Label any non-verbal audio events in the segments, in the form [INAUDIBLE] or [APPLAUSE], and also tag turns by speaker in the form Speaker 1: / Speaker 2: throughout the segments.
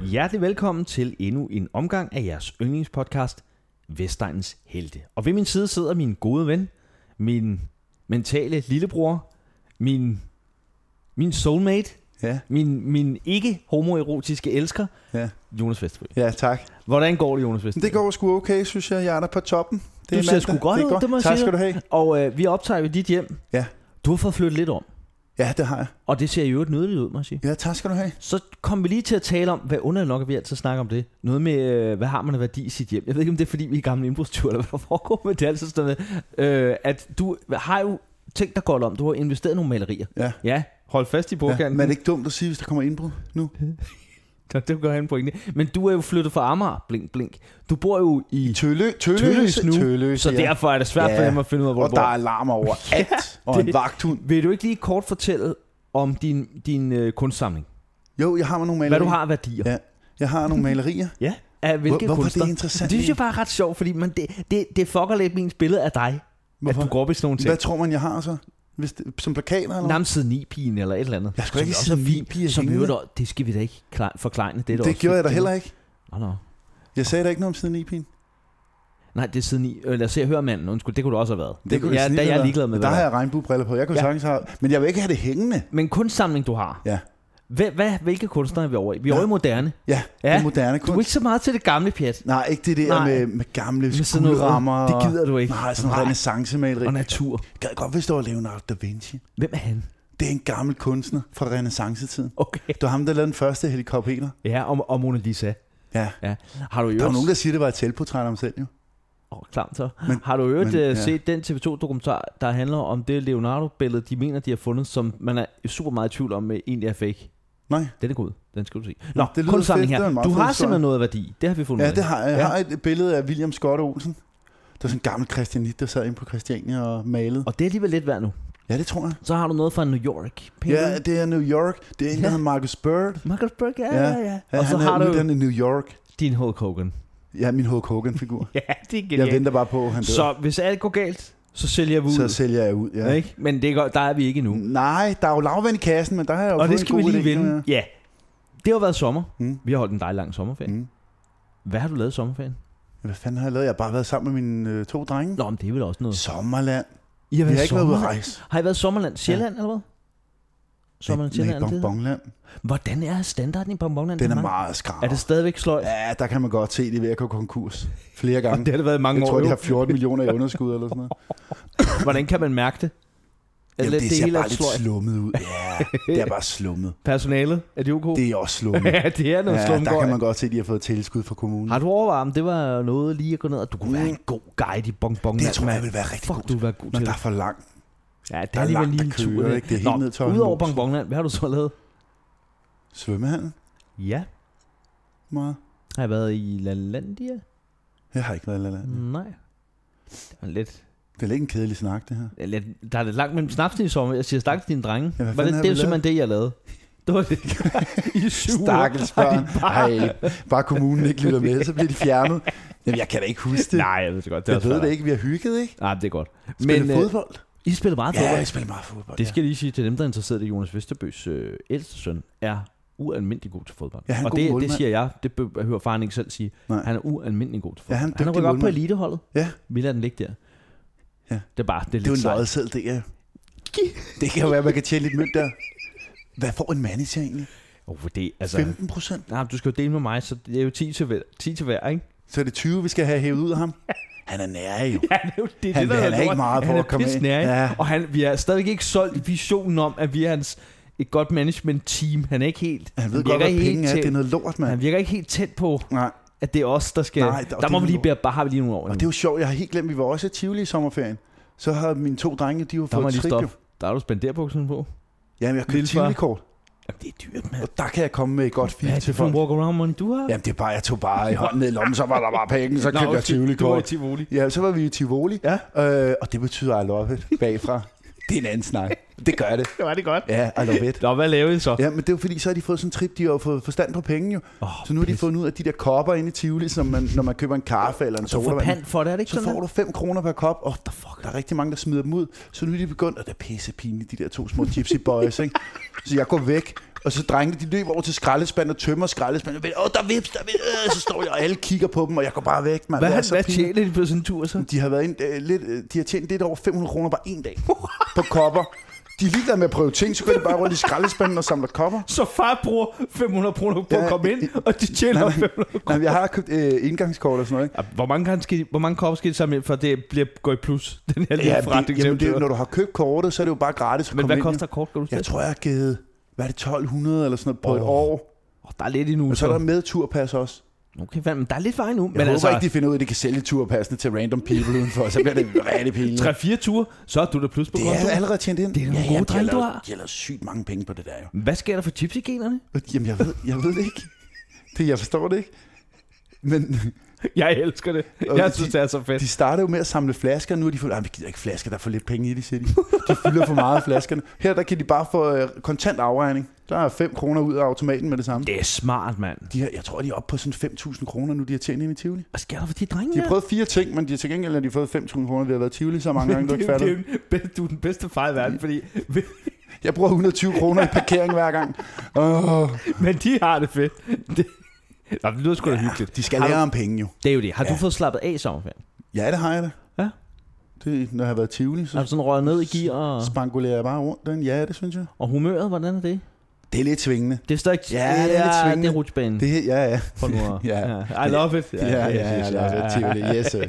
Speaker 1: Hjertelig velkommen til endnu en omgang af jeres yndlingspodcast, Vestegnens Helte. Og ved min side sidder min gode ven, min mentale lillebror, min, min soulmate,
Speaker 2: Ja,
Speaker 1: min, min ikke-homoerotiske elsker,
Speaker 2: ja.
Speaker 1: Jonas Vestby.
Speaker 2: ja tak.
Speaker 1: Hvordan går det, Jonas Vestby?
Speaker 2: Men det går sgu okay, synes jeg. Jeg er der på toppen. Det
Speaker 1: Du
Speaker 2: er
Speaker 1: ser
Speaker 2: mandag.
Speaker 1: sgu godt
Speaker 2: det er
Speaker 1: ud, det må jeg
Speaker 2: Tak
Speaker 1: sige
Speaker 2: skal du have.
Speaker 1: Og øh, vi optager ved dit hjem.
Speaker 2: Ja.
Speaker 1: Du har fået flyttet lidt om,
Speaker 2: Ja, det har jeg.
Speaker 1: og det ser jo et nydeligt ud, må jeg sige.
Speaker 2: Ja, tak skal du have.
Speaker 1: Så kom vi lige til at tale om, hvad underligt nok, at vi altid snakker om det. Noget med, øh, hvad har man af værdi i sit hjem? Jeg ved ikke, om det er, fordi vi er gamle indbrudstyver, eller hvad [LAUGHS] der foregår, men det er altid sådan noget, øh, at du har jo tænkt dig godt om. Du har investeret i nogle malerier.
Speaker 2: Ja.
Speaker 1: Ja, hold fast i
Speaker 2: ja.
Speaker 1: bordkanten.
Speaker 2: Men er det ikke dumt at sige, hvis der kommer indbrud nu?
Speaker 1: [LAUGHS] det... det gør han pointe. Men du er jo flyttet fra Amager, blink, blink. Du bor jo i
Speaker 2: Tøllø, tølløse,
Speaker 1: Tølløs nu,
Speaker 2: Tølløse,
Speaker 1: så derfor er det svært for
Speaker 2: Ja.
Speaker 1: dem at finde ud af, hvor
Speaker 2: Og
Speaker 1: du
Speaker 2: der
Speaker 1: bor.
Speaker 2: er
Speaker 1: [LAUGHS]
Speaker 2: alarmer over alt, ja, og
Speaker 1: det-
Speaker 2: en vagthund.
Speaker 1: Vil du ikke lige kort fortælle om din, din øh, kunstsamling?
Speaker 2: Jo, jeg har nogle malerier.
Speaker 1: Hvad du har af værdier?
Speaker 2: Ja. Jeg har nogle malerier.
Speaker 1: Ja. Af [LAUGHS] hvilke
Speaker 2: Hvor- hvorfor er det
Speaker 1: kunstner?
Speaker 2: interessant
Speaker 1: Det synes jeg
Speaker 2: egentlig?
Speaker 1: bare er ret sjovt, fordi man, det, det, det fucker lidt min billede af dig,
Speaker 2: Hvorfor?
Speaker 1: at du går op i sådan nogle ting.
Speaker 2: Hvad tror man, jeg har så? Hvis det, som plakater eller
Speaker 1: Nam side 9 pigen eller et eller andet.
Speaker 2: Jeg skulle
Speaker 1: Som
Speaker 2: ikke
Speaker 1: også
Speaker 2: sige
Speaker 1: er fint,
Speaker 2: 9-piger
Speaker 1: Som i
Speaker 2: hængende.
Speaker 1: øvrigt, også- det skal vi da ikke klar, forklejne. Det, er
Speaker 2: noget?
Speaker 1: da
Speaker 2: Det
Speaker 1: også
Speaker 2: gjorde jeg da
Speaker 1: fint.
Speaker 2: heller ikke.
Speaker 1: Nå, nå.
Speaker 2: Jeg sagde da ikke noget om siden E IP'en.
Speaker 1: Nej, det er side 9. Øh, lad os se og høre manden. Undskyld, det kunne du også have været.
Speaker 2: Det kunne
Speaker 1: ja,
Speaker 2: snildt
Speaker 1: der er jeg
Speaker 2: være.
Speaker 1: ligeglad med.
Speaker 2: Men Der
Speaker 1: hvad
Speaker 2: har jeg regnbuebriller på. Jeg kunne
Speaker 1: Ja.
Speaker 2: ja. sagtens have... Men jeg vil ikke have det hængende.
Speaker 1: er. Men kunstsamling, du har.
Speaker 2: Ja.
Speaker 1: Hvad, hvad, hvilke kunstnere er vi over i? Vi er
Speaker 2: Ja.
Speaker 1: over i moderne.
Speaker 2: Ja,
Speaker 1: Ja.
Speaker 2: ja. det moderne
Speaker 1: Du
Speaker 2: kunst.
Speaker 1: er ikke så meget til det gamle pjat.
Speaker 2: Nej, ikke det der
Speaker 1: Nej.
Speaker 2: med, med gamle
Speaker 1: Med sådan noget-
Speaker 2: skuldrammer.
Speaker 1: Det gider du ikke.
Speaker 2: Nej, sådan
Speaker 1: Nej.
Speaker 2: noget renaissancemaleri.
Speaker 1: Og natur.
Speaker 2: Jeg gad godt, hvis det var Leonardo da Vinci.
Speaker 1: Hvem er han?
Speaker 2: Det er en gammel kunstner fra renaissancetiden.
Speaker 1: Okay.
Speaker 2: Det var ham, der lavede den første helikopter.
Speaker 1: Ja, og, og Mona Lisa.
Speaker 2: Ja.
Speaker 1: Ja. Har du i
Speaker 2: Der var
Speaker 1: øvrigt...
Speaker 2: nogen, der siger, det var et selvportræt om selv, jo.
Speaker 1: Åh, klart så.
Speaker 2: Men-
Speaker 1: har du i øvrigt
Speaker 2: men,
Speaker 1: ja.
Speaker 2: ja.
Speaker 1: set den TV2-dokumentar, der handler om det Leonardo-billede, de mener, de har fundet, som man er super meget i tvivl om, øh, egentlig er fake?
Speaker 2: Nej.
Speaker 1: Den er god. Den skal du se. Nå,
Speaker 2: det lyder
Speaker 1: kun samling
Speaker 2: fedt. Det
Speaker 1: her.
Speaker 2: er en meget
Speaker 1: Du
Speaker 2: fed
Speaker 1: har
Speaker 2: historie.
Speaker 1: simpelthen noget værdi. Det har vi fundet
Speaker 2: Ja,
Speaker 1: ud af.
Speaker 2: det har jeg. Jeg
Speaker 1: Ja.
Speaker 2: har et billede af William Scott Olsen. Det var sådan en gammel Christianit, der sad inde på Christiania og malede.
Speaker 1: Og det er alligevel lidt værd nu.
Speaker 2: Ja, det tror jeg.
Speaker 1: Så har du noget fra New York.
Speaker 2: Ja, det er New York. Det er en, der
Speaker 1: Ja.
Speaker 2: hedder Marcus Bird.
Speaker 1: Marcus Berg, ja,
Speaker 2: Ja.
Speaker 1: ja, ja.
Speaker 2: Ja,
Speaker 1: Og så
Speaker 2: han
Speaker 1: har
Speaker 2: er,
Speaker 1: du
Speaker 2: den i New York.
Speaker 1: din Hulk Hogan.
Speaker 2: Ja, min Hulk Hogan-figur.
Speaker 1: Ja, det er
Speaker 2: Jeg venter bare på, at han dør.
Speaker 1: Så hvis alt går galt, så sælger vi ud.
Speaker 2: så sælger jeg ud. Ja.
Speaker 1: ikke? Men det er godt, der er vi ikke nu.
Speaker 2: Nej, der er jo lavvand i kassen, men der har jeg jo
Speaker 1: Og
Speaker 2: fået
Speaker 1: det
Speaker 2: en
Speaker 1: skal vi
Speaker 2: god
Speaker 1: lige
Speaker 2: idé, kan
Speaker 1: vinde.
Speaker 2: jeg-
Speaker 1: Ja. Det har været sommer.
Speaker 2: Mm.
Speaker 1: Vi har holdt en dejlig lang sommerferie.
Speaker 2: Mm.
Speaker 1: Hvad har du lavet i sommerferien?
Speaker 2: Hvad fanden har jeg lavet? Jeg har bare været sammen med mine øh, to drenge.
Speaker 1: Nå, men det er vel også noget.
Speaker 2: Sommerland.
Speaker 1: I har
Speaker 2: Vi har ikke været ude at
Speaker 1: sommerland?
Speaker 2: rejse.
Speaker 1: Har I været sommerland? Sjælland eller hvad? Sommerland,
Speaker 2: Nej,
Speaker 1: Sjælland. det hedder.
Speaker 2: Bonbonland.
Speaker 1: Hvordan er standarden i Bonbonland?
Speaker 2: Den
Speaker 1: Hvor
Speaker 2: er
Speaker 1: mange-
Speaker 2: meget skrab.
Speaker 1: Er det stadigvæk sløjt?
Speaker 2: Ja, der kan man godt se, det er ved at gå konkurs flere gange.
Speaker 1: har det været i mange
Speaker 2: Jeg tror,
Speaker 1: jo.
Speaker 2: de har 14 millioner i underskud eller sådan
Speaker 1: [LAUGHS]
Speaker 2: noget.
Speaker 1: Hvordan kan man mærke det?
Speaker 2: Jamen,
Speaker 1: Eller
Speaker 2: det, det ser
Speaker 1: hele er
Speaker 2: bare lidt
Speaker 1: sløjt?
Speaker 2: slummet ud. Ja, det er bare
Speaker 1: [LAUGHS]
Speaker 2: slummet.
Speaker 1: Personalet, er de ok?
Speaker 2: Det er også slummet.
Speaker 1: [LAUGHS] ja, det er noget ja,
Speaker 2: Ja, der kan man godt se, at de har fået tilskud fra kommunen.
Speaker 1: Har du overvejet, om det var noget lige at gå ned, og du kunne være en god guide i Bonbonland?
Speaker 2: Mm. Det tror jeg vil være rigtig
Speaker 1: altså, Fuck,
Speaker 2: godt.
Speaker 1: du vil være god
Speaker 2: Men
Speaker 1: til
Speaker 2: der
Speaker 1: det.
Speaker 2: er for langt.
Speaker 1: Ja, det
Speaker 2: der
Speaker 1: er
Speaker 2: er
Speaker 1: alligevel
Speaker 2: langt,
Speaker 1: lige en
Speaker 2: der kører,
Speaker 1: tur. det.
Speaker 2: ikke? Det er helt
Speaker 1: Nå,
Speaker 2: ned til Holme
Speaker 1: Udover
Speaker 2: Mose.
Speaker 1: Bonbonland, hvad har du så lavet?
Speaker 2: Svømmehandel?
Speaker 1: Ja.
Speaker 2: Meget.
Speaker 1: Har jeg været i Lalandia?
Speaker 2: Jeg har ikke været i La La Land.
Speaker 1: Nej. Det var lidt
Speaker 2: Det er lidt en kedelig snak, det her.
Speaker 1: Eller, der er lidt langt mellem snapsen i sommer. Jeg siger, stak til dine drenge.
Speaker 2: hvad
Speaker 1: Ja, var
Speaker 2: fanden
Speaker 1: det,
Speaker 2: har
Speaker 1: det er jo
Speaker 2: vi
Speaker 1: simpelthen det, jeg lavede. Det var
Speaker 2: [LAUGHS]
Speaker 1: det. I syv uger.
Speaker 2: Stakkels børn.
Speaker 1: Har de bare-
Speaker 2: Ej, bare kommunen ikke lytter med, så bliver de fjernet. Jamen, jeg kan da ikke huske det.
Speaker 1: Nej, jeg ved det godt. Det er
Speaker 2: jeg
Speaker 1: også
Speaker 2: ved
Speaker 1: fair
Speaker 2: det
Speaker 1: nok.
Speaker 2: ikke, vi har hygget, ikke?
Speaker 1: Nej, det er godt.
Speaker 2: Spille
Speaker 1: øh,
Speaker 2: fodbold?
Speaker 1: I spiller meget
Speaker 2: Ja,
Speaker 1: fodbold.
Speaker 2: jeg spiller meget fodbold.
Speaker 1: Det
Speaker 2: ja.
Speaker 1: skal jeg lige sige til dem, der er interesseret i Jonas Vesterbøs øh, ældste søn, er ualmindelig god til fodbold.
Speaker 2: Ja, han er
Speaker 1: og
Speaker 2: god
Speaker 1: det, det
Speaker 2: målmand.
Speaker 1: siger jeg, det be- hører faren ikke selv sige.
Speaker 2: Nej.
Speaker 1: Han er ualmindelig god til fodbold.
Speaker 2: Ja, han er en
Speaker 1: han er
Speaker 2: dygtig
Speaker 1: rykket op på
Speaker 2: målmand.
Speaker 1: eliteholdet.
Speaker 2: Ja.
Speaker 1: Vi lader den ligge der.
Speaker 2: Ja.
Speaker 1: Det er bare, det er lidt
Speaker 2: Det er jo en
Speaker 1: sejt.
Speaker 2: lodseddel, det er. Det kan jo være, man kan tjene lidt mønt der. Hvad får en manager egentlig?
Speaker 1: Oh, det, altså,
Speaker 2: 15 procent?
Speaker 1: nej, du skal jo dele med mig, så det er jo 10 til hver, 10 til hver
Speaker 2: [LAUGHS]
Speaker 1: ikke?
Speaker 2: Så er det 20, vi skal have hævet ud af ham? Han er nær jo.
Speaker 1: Ja, det er jo [LAUGHS] det,
Speaker 2: Han
Speaker 1: det, der
Speaker 2: vil- han er
Speaker 1: lort.
Speaker 2: ikke meget på
Speaker 1: han er
Speaker 2: at komme ind.
Speaker 1: pissenær, ikke?
Speaker 2: Ja.
Speaker 1: Og han, vi har stadigvæk ikke solgt visionen om, at vi er hans, et godt management-team. Han er ikke helt...
Speaker 2: Han ved godt,
Speaker 1: virker
Speaker 2: hvad
Speaker 1: ikke
Speaker 2: penge
Speaker 1: helt
Speaker 2: er. Det
Speaker 1: tæt-
Speaker 2: er noget lort, mand.
Speaker 1: Han virker ikke helt tæt på,
Speaker 2: Nej,
Speaker 1: at det er os, der skal...
Speaker 2: Nej,
Speaker 1: Nej,
Speaker 2: og
Speaker 1: der
Speaker 2: det
Speaker 1: må
Speaker 2: er
Speaker 1: vi lige
Speaker 2: noget-
Speaker 1: bære, bare har vi lige nogle år
Speaker 2: og det
Speaker 1: endnu.
Speaker 2: er jo sjovt. Jeg har helt glemt, at vi var også i Tivoli i sommerferien. Så har mine to drenge, de har
Speaker 1: Der må jeg
Speaker 2: fået
Speaker 1: lige
Speaker 2: trip. jo.
Speaker 1: stoppe. Der har du spanderbukserne på.
Speaker 2: Jamen, jeg købte
Speaker 1: Lille far.
Speaker 2: Tivoli-kort.
Speaker 1: Jamen, det er dyrt, mand.
Speaker 2: Og der kan jeg komme med et godt
Speaker 1: Hvad er
Speaker 2: fint til
Speaker 1: det for en
Speaker 2: folk.
Speaker 1: walk-around money, du har?
Speaker 2: Jamen, det er bare, jeg tog bare i hånden ned i lommen, så var der bare penge, så
Speaker 1: Nå,
Speaker 2: købte jeg
Speaker 1: undskyld,
Speaker 2: Tivoli
Speaker 1: Du var i
Speaker 2: kort.
Speaker 1: Tivoli. [LAUGHS]
Speaker 2: Ja, så var vi i Tivoli,
Speaker 1: Ja.
Speaker 2: øh, og det betyder I love it bagfra. Det er en anden snak. Det gør det.
Speaker 1: Det var det godt.
Speaker 2: Ja, I love it.
Speaker 1: Nå, hvad lavede I så?
Speaker 2: Ja, men det er jo fordi, så har de fået sådan en trip, de har jo fået forstand på penge jo.
Speaker 1: Åh,
Speaker 2: Så nu har de
Speaker 1: pis.
Speaker 2: fundet ud af de der kopper inde i Tivoli, som man, når man køber en kaffe eller en
Speaker 1: Du får
Speaker 2: sodavand.
Speaker 1: pant for det, er det ikke
Speaker 2: Så
Speaker 1: sådan?
Speaker 2: får du 5 kroner per kop, og
Speaker 1: der fuck?
Speaker 2: der er rigtig mange, der
Speaker 1: [LAUGHS]
Speaker 2: smider dem ud. Så nu er de begyndt, og det er pisse pinligt, de der to små gypsy boys, ikke? Så jeg går væk, Og så drengene, de løber over til skraldespanden og tømmer skraldespanden. Åh, oh, der er vips, der er vips. Øh, Så står jeg, og alle kigger på dem, og jeg går bare væk. Man.
Speaker 1: Hvad, hvad, hvad tjener de på sådan en tur så?
Speaker 2: De har, været ind, øh, lidt, øh, de har tjent lidt over 500 kroner bare en dag
Speaker 1: [LAUGHS]
Speaker 2: på kopper. De er ligeglade med at prøve ting, så går de bare rundt i skraldespanden og samler kopper.
Speaker 1: Så far bruger 500 kroner på at
Speaker 2: Ja,
Speaker 1: komme ind, og de [LAUGHS] tjener 500
Speaker 2: Nej, men jeg har købt øh, indgangskort og sådan noget, ikke?
Speaker 1: Ja, Hvor mange, kan skal, hvor mange kopper skal de samle ind, for det bliver, går i plus, [LAUGHS] den her lille
Speaker 2: Ja,
Speaker 1: ja,
Speaker 2: det,
Speaker 1: forretning?
Speaker 2: jamen, det, er- når du har købt kortet, så er det jo bare gratis at
Speaker 1: Men
Speaker 2: komme
Speaker 1: hvad
Speaker 2: ind,
Speaker 1: koster kort, kan du
Speaker 2: jo. Jeg
Speaker 1: sige?
Speaker 2: tror, jeg har givet, hvad er det, 1200 eller sådan noget på et
Speaker 1: Åh.
Speaker 2: år.
Speaker 1: Oh, der er lidt endnu.
Speaker 2: Og så er der
Speaker 1: Så.
Speaker 2: med turpas også.
Speaker 1: Okay, fandme, der er lidt vej nu.
Speaker 2: Jeg men håber altså, ikke, de finder ud af, at de kan sælge turpassene til random people udenfor, så bliver det rigtig pinligt.
Speaker 1: 3-4 ture, så er du der plus på
Speaker 2: Det
Speaker 1: kontoen.
Speaker 2: er allerede tjent ind.
Speaker 1: Det er nogle gode
Speaker 2: de
Speaker 1: drenge, du
Speaker 2: lavet-
Speaker 1: har.
Speaker 2: De har lavet sygt mange penge på det der jo.
Speaker 1: Hvad sker der for chipsigenerne?
Speaker 2: Jamen, jeg ved, jeg ved det ikke. Det, jeg forstår det ikke. Men
Speaker 1: [LAUGHS] Jeg elsker det.
Speaker 2: Og
Speaker 1: Jeg
Speaker 2: de-
Speaker 1: synes, det er så fedt.
Speaker 2: [LAUGHS] de startede jo med at samle flasker, og nu er de for, "Ej, vi gider ikke flasker, der er for lidt penge i det, siger de. De fylder for meget af flaskerne. Her der kan de bare få øh, kontant afregning. Der er 5 kroner ud af automaten med det samme.
Speaker 1: Det er smart, mand.
Speaker 2: De her, jeg tror, de er oppe på sådan 5.000 kroner nu, de har tjent ind i Tivoli.
Speaker 1: Hvad sker der for de drenge
Speaker 2: De har
Speaker 1: her?
Speaker 2: prøvet fire ting, men de har til gengæld har de fået 5.000 kroner ved at være i Tivoli så mange gange,
Speaker 1: [LAUGHS]
Speaker 2: du
Speaker 1: det,
Speaker 2: ikke
Speaker 1: er jo-
Speaker 2: fatter.
Speaker 1: det er jo den bedste, du er den bedste far i verden, fordi,
Speaker 2: Jeg bruger 120 kroner i parkering hver
Speaker 1: [LAUGHS]
Speaker 2: gang. Oh,
Speaker 1: men de har det fedt. [LAUGHS] Det, Nå, det lyder sgu da hyggeligt.
Speaker 2: de skal
Speaker 1: Har du-
Speaker 2: lære om penge jo.
Speaker 1: Det er jo det. Har du
Speaker 2: Ja.
Speaker 1: fået slappet af i sommerferien?
Speaker 2: Ja, det har jeg da.
Speaker 1: Ja.
Speaker 2: Det, når jeg har været i Tivoli,
Speaker 1: Har du
Speaker 2: så
Speaker 1: sådan røget ned i gear, og,
Speaker 2: spangulerer jeg bare rundt den. Ja, det synes jeg.
Speaker 1: og humøret, hvordan er det?
Speaker 2: Det er lidt tvingende.
Speaker 1: Det er stadig...
Speaker 2: Ja, det er lidt
Speaker 1: Det
Speaker 2: svingende.
Speaker 1: er rutsbanen.
Speaker 2: Det, ja, ja.
Speaker 1: Hold nu op.
Speaker 2: [LAUGHS] Ja.
Speaker 1: ja. I love it.
Speaker 2: Ja, ja, ja, ja, ja, ja. Tivoli, yes, sir.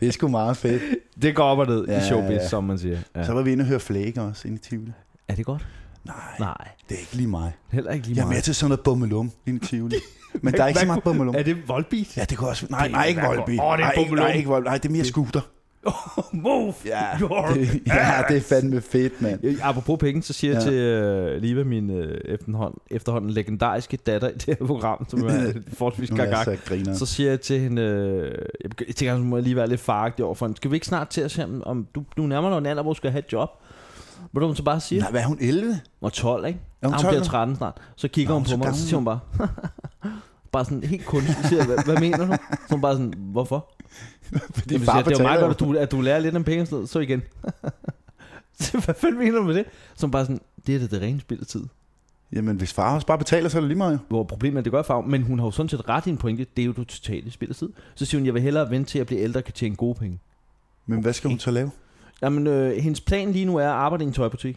Speaker 2: Det er sgu meget fedt.
Speaker 1: [LAUGHS] Det går op og ned
Speaker 2: Ja,
Speaker 1: i showbiz,
Speaker 2: ja, ja.
Speaker 1: som man siger. Ja.
Speaker 2: Så var vi inde og høre Flake også inde i Tivoli.
Speaker 1: Er det godt?
Speaker 2: Nej,
Speaker 1: Nej,
Speaker 2: det er ikke lige mig.
Speaker 1: heller ikke lige
Speaker 2: Jeg er
Speaker 1: meget.
Speaker 2: mere til sådan noget bummelum inde i Tivoli. Men der er ikke så meget bummelum.
Speaker 1: Er det Volbeat?
Speaker 2: Ja, det kunne også... Nej,
Speaker 1: Det
Speaker 2: nej,
Speaker 1: er
Speaker 2: ikke
Speaker 1: godt.
Speaker 2: Volby.
Speaker 1: Åh, det er
Speaker 2: nej, ikke,
Speaker 1: bummelum.
Speaker 2: nej, ikke Volby. Nej, det er mere scooter.
Speaker 1: Move! [LAUGHS]
Speaker 2: Ja,
Speaker 1: Your
Speaker 2: det, ja, det er fandme fedt, mand.
Speaker 1: Øh, Apropos penge, så siger jeg
Speaker 2: Ja.
Speaker 1: til øh, Liva, min øh, efterhånden, efterhånden legendariske datter i det her program,
Speaker 2: [LAUGHS]
Speaker 1: som er forholdsvis
Speaker 2: Nu er jeg
Speaker 1: gagag,
Speaker 2: så griner.
Speaker 1: så siger jeg til hende, øh, jeg begy- jeg tænker, at hun må lige være lidt faragtig overfor hende. Skal vi ikke snart til at se, om- om du, du nærmer dig en alder, hvor du skal have et job? Ved du, hvad hun så bare siger?
Speaker 2: Nej, hvad er hun? 11?
Speaker 1: Og 12, ikke?
Speaker 2: Er hun
Speaker 1: Ah,
Speaker 2: 12
Speaker 1: bliver
Speaker 2: nu?
Speaker 1: 13 snart. Så kigger
Speaker 2: Nå,
Speaker 1: hun
Speaker 2: så
Speaker 1: på mig, og så
Speaker 2: gammel.
Speaker 1: siger hun bare... bare [LAUGHS] sådan helt kunstigt. Så Siger, jeg, hvad, hvad mener du? Så hun bare sådan, hvorfor?
Speaker 2: Fordi
Speaker 1: Det, siger, jeg, det er jo meget godt, at du, at du lærer lidt om penge og sådan noget. Så igen. [LAUGHS] så hvad fanden mener du med det? Som bare sådan, det er da det rene spild af tid.
Speaker 2: Jamen, hvis far også bare betaler, så er det lige meget. jo.
Speaker 1: Hvor problemet er, at det gør farve, men hun har jo sådan set ret i en pointe, det er jo du totale spild af tid. Så siger hun, jeg vil hellere vente til, at jeg bliver ældre og kan tjene gode penge.
Speaker 2: Men hvad skal hun så lave?
Speaker 1: Jamen, øh, hendes plan lige nu er at arbejde i en tøjbutik.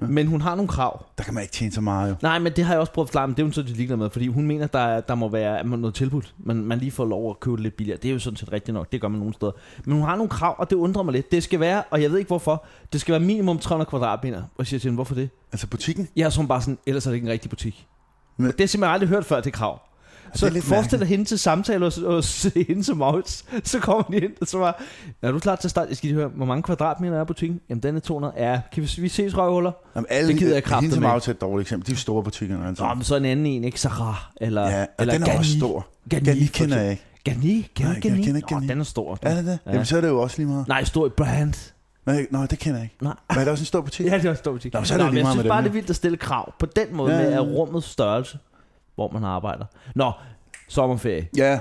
Speaker 2: Ja.
Speaker 1: Ja. Men hun har nogle krav.
Speaker 2: Der kan man ikke tjene så meget, jo.
Speaker 1: Nej, men det har jeg også prøvet at forklare, men det er hun så lidt ligeglad med, fordi hun mener, der, er- der må være at man- noget tilbud. Man, man lige får lov at købe det lidt billigere. Det er jo sådan set rigtigt nok, det gør man nogle steder. Men hun har nogle krav, og det undrer mig lidt. Det skal være, og jeg ved ikke hvorfor, det skal være minimum 300 kvadratmeter. Og jeg siger til hende, hvorfor det?
Speaker 2: Altså butikken.
Speaker 1: Jeg er sådan bare sådan, ellers er det ikke en rigtig butik.
Speaker 2: Men-
Speaker 1: Men... Det har jeg simpelthen aldrig hørt før, det krav.
Speaker 2: det
Speaker 1: Så
Speaker 2: er lidt
Speaker 1: forestil dig hende til samtale hos, hos [LAUGHS] hende til Maurits. Så kommer de ind, og så var, er du klar til at starte? Jeg skal lige høre, hvor mange kvadratmeter er butikken? Jamen, den er 200. Ja, kan vi, vi ses røvhuller?
Speaker 2: Jamen, alle,
Speaker 1: Det gider jeg kraftedeme
Speaker 2: Hende som
Speaker 1: ikke.
Speaker 2: aftalt et dårligt eksempel. De er jo store butikkerne. Altså.
Speaker 1: Nå, men så en anden en, ikke? Sarah, eller,
Speaker 2: ja, og
Speaker 1: eller
Speaker 2: den er også
Speaker 1: Gani.
Speaker 2: stor.
Speaker 1: Gani,
Speaker 2: Gani
Speaker 1: for
Speaker 2: kender
Speaker 1: eksempel.
Speaker 2: jeg ikke.
Speaker 1: Gani? Kender
Speaker 2: Nej,
Speaker 1: du Gani?
Speaker 2: jeg kender ikke
Speaker 1: Nå,
Speaker 2: Gani.
Speaker 1: den er stor. Den.
Speaker 2: Er det det?
Speaker 1: Ja.
Speaker 2: Jamen, så er det jo også lige meget.
Speaker 1: Nej, stor i brand.
Speaker 2: Nej, nå, det kender jeg ikke.
Speaker 1: Nej.
Speaker 2: Men er det også en stor butik?
Speaker 1: Ja, det er også stor butik.
Speaker 2: Nå, så er det jo
Speaker 1: men
Speaker 2: lige
Speaker 1: jeg
Speaker 2: meget
Speaker 1: synes
Speaker 2: med
Speaker 1: bare,
Speaker 2: dem,
Speaker 1: det er vildt at stille krav på den måde
Speaker 2: Ja,
Speaker 1: med
Speaker 2: ja,
Speaker 1: at
Speaker 2: ja.
Speaker 1: rummets størrelse, hvor man arbejder. Nå, sommerferie.
Speaker 2: Ja,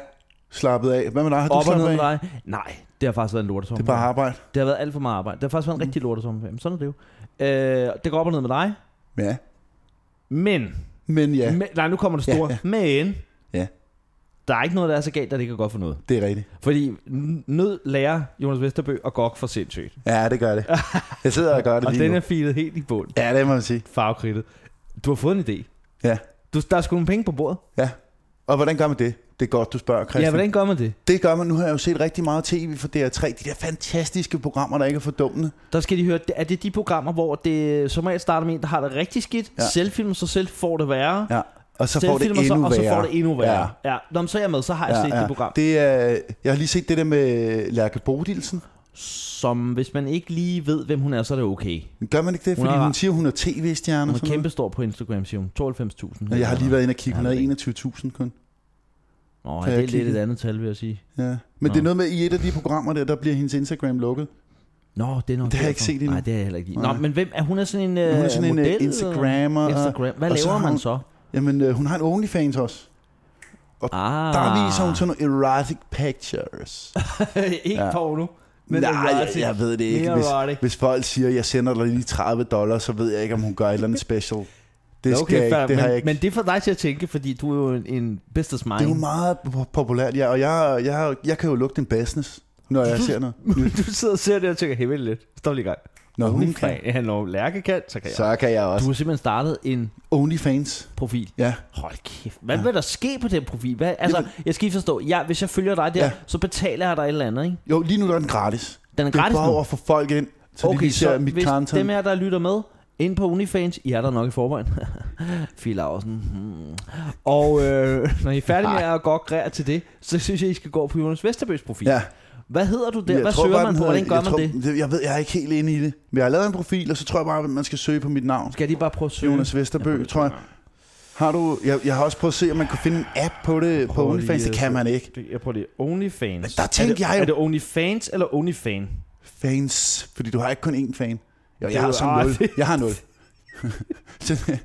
Speaker 2: slappet af. Hvad med dig? Har du
Speaker 1: Op og
Speaker 2: slappet
Speaker 1: ned med
Speaker 2: af?
Speaker 1: dig? Nej, det har faktisk været en
Speaker 2: Det er
Speaker 1: lortesommerferie.
Speaker 2: bare Mm. arbejde.
Speaker 1: det har været alt for meget arbejde. Det har faktisk været en rigtig lortesommerferie. Men sådan er det jo. Øh, det går op og ned med dig.
Speaker 2: Ja.
Speaker 1: Men
Speaker 2: Men ja,
Speaker 1: Ja. Men, nej, nu kommer det store.
Speaker 2: Ja,
Speaker 1: Ja, ja. Men
Speaker 2: Ja.
Speaker 1: der er ikke noget, der er så galt, at det ikke er godt for noget.
Speaker 2: det er rigtigt.
Speaker 1: Fordi n- nød lærer Jonas Vesterbø og Gok for sindssygt.
Speaker 2: Ja, det
Speaker 1: [LAUGHS]
Speaker 2: gør det. Jeg sidder og gør det
Speaker 1: Og
Speaker 2: lige
Speaker 1: den
Speaker 2: nu.
Speaker 1: er filet helt i bund.
Speaker 2: Ja, det må man sige.
Speaker 1: Farvekridtet. Du har fået en idé.
Speaker 2: Ja.
Speaker 1: Du, der er sgu nogle penge på bordet.
Speaker 2: Ja. Og hvordan gør man det? Det er godt, du spørger, Christian.
Speaker 1: Ja, hvordan gør man det?
Speaker 2: Det gør man. Nu har jeg jo set rigtig meget tv for DR3. De der fantastiske programmer, der ikke er fordummende.
Speaker 1: Der skal de høre, er det de programmer, hvor det som regel starter med en, der har det rigtig skidt,
Speaker 2: Ja.
Speaker 1: ja. selvfilmer sig selv, får det værre,
Speaker 2: Ja. Og så får det
Speaker 1: selvfilmer
Speaker 2: endnu
Speaker 1: sig,
Speaker 2: værre.
Speaker 1: og så får det endnu værre. Ja. ja. Nå, men så er jeg med, så har jeg ja, set
Speaker 2: ja.
Speaker 1: det program.
Speaker 2: Det er, jeg har lige set det der med Lærke Bodilsen.
Speaker 1: Som hvis man ikke lige ved, hvem hun er, så er det okay.
Speaker 2: Gør man ikke det?
Speaker 1: Hun
Speaker 2: Fordi
Speaker 1: er-
Speaker 2: hun, siger, hun er tv-stjerne.
Speaker 1: Hun
Speaker 2: og
Speaker 1: er
Speaker 2: sådan noget.
Speaker 1: kæmpe stor på Instagram, siger hun. 92.000.
Speaker 2: Og jeg har lige været inde og kigge.
Speaker 1: Ja,
Speaker 2: Hun
Speaker 1: det er
Speaker 2: er 21.000 kun.
Speaker 1: Nå, ja,
Speaker 2: Så jeg
Speaker 1: det er lidt
Speaker 2: kiggede.
Speaker 1: et andet tal, vil jeg sige.
Speaker 2: Ja. Men det er
Speaker 1: Nå.
Speaker 2: noget med, i et af de programmer der, der bliver hendes Instagram lukket.
Speaker 1: Nå, det er nok
Speaker 2: Det har jeg
Speaker 1: derfor.
Speaker 2: ikke set endnu.
Speaker 1: Nej, det har jeg heller ikke. Nå,
Speaker 2: Nej.
Speaker 1: men hvem er hun? Er sådan en, øh,
Speaker 2: Hun er sådan en
Speaker 1: model,
Speaker 2: øh, Instagrammer.
Speaker 1: Og,
Speaker 2: og-
Speaker 1: Instagram. Hvad
Speaker 2: og så
Speaker 1: laver
Speaker 2: har
Speaker 1: man
Speaker 2: hun-
Speaker 1: så?
Speaker 2: Jamen, øh, hun har en OnlyFans også.
Speaker 1: Ah,
Speaker 2: Der viser hun sådan nogle erotic pictures.
Speaker 1: Ah. [LAUGHS] ikke
Speaker 2: Ja.
Speaker 1: ja. nu.
Speaker 2: Nej, jeg, jeg ved det ikke.
Speaker 1: Mere
Speaker 2: Hvis,
Speaker 1: erotic.
Speaker 2: hvis folk siger, jeg sender dig lige 30 dollars, så ved jeg ikke, om hun gør et eller andet special. Det, skal okay, jeg ikke, det
Speaker 1: men,
Speaker 2: har jeg ikke.
Speaker 1: men det får dig til at tænke, fordi du er jo en, en businessmind.
Speaker 2: det er jo meget po- populært, ja, og jeg, jeg, jeg kan jo lugte en business, når jeg ser noget.
Speaker 1: [LAUGHS]
Speaker 2: nyt.
Speaker 1: du sidder og ser det og tænker, hey, vent lidt. Stop lige i gang.
Speaker 2: Når hun kan,
Speaker 1: kan. Ja, når Lærke kan, så kan jeg.
Speaker 2: så kan jeg
Speaker 1: Du
Speaker 2: også.
Speaker 1: har simpelthen startet en
Speaker 2: Onlyfans,
Speaker 1: profil.
Speaker 2: ja.
Speaker 1: Hold kæft. Hvad ja. vil der ske på den profil? Hvad, altså, jeg skal ikke forstå. Ja, hvis jeg følger dig der, ja.
Speaker 2: Ja.
Speaker 1: så betaler jeg dig et eller andet, ikke?
Speaker 2: Jo, lige nu er den gratis.
Speaker 1: Den er
Speaker 2: Det er
Speaker 1: gratis
Speaker 2: bare
Speaker 1: nu.
Speaker 2: over for folk ind, så okay, de lige ser mit
Speaker 1: hvis
Speaker 2: content.
Speaker 1: dem er, der lytter med, ind på Unifans, I er der nok i forvejen. [LAUGHS] Fie Larsen. Hmm. Og øh, når I er færdige
Speaker 2: [LAUGHS]
Speaker 1: med at godt grære til det, så synes jeg, I skal gå på Jonas Vesterbøs profil.
Speaker 2: Ja,
Speaker 1: Hvad hedder du der?
Speaker 2: Jeg
Speaker 1: Hvad
Speaker 2: tror
Speaker 1: søger
Speaker 2: bare,
Speaker 1: man
Speaker 2: den
Speaker 1: på? Hvordan gør
Speaker 2: jeg
Speaker 1: man
Speaker 2: tror,
Speaker 1: det?
Speaker 2: Jeg ved, jeg er ikke helt inde i det. Men jeg har lavet en profil, og så tror jeg bare, at man skal søge på mit navn.
Speaker 1: Skal de bare prøve at søge?
Speaker 2: Jonas Vesterbø, jeg tror jeg. Har du, jeg, jeg har også prøvet at se, om man kunne finde en app på det på
Speaker 1: Prøv
Speaker 2: OnlyFans.
Speaker 1: lige
Speaker 2: Det
Speaker 1: at
Speaker 2: kan
Speaker 1: se.
Speaker 2: man ikke.
Speaker 1: Det- Jeg prøver det. Onlyfans.
Speaker 2: Men der
Speaker 1: er
Speaker 2: tænkte
Speaker 1: det,
Speaker 2: jeg jo-
Speaker 1: Er det Onlyfans eller
Speaker 2: [LAUGHS]
Speaker 1: Onlyfan?
Speaker 2: Fans, fordi du har ikke kun én fan. Jo,
Speaker 1: Det
Speaker 2: jeg har
Speaker 1: er-
Speaker 2: så
Speaker 1: ah,
Speaker 2: nul.
Speaker 1: det-
Speaker 2: Jeg har nul.
Speaker 1: [LAUGHS]
Speaker 2: Så-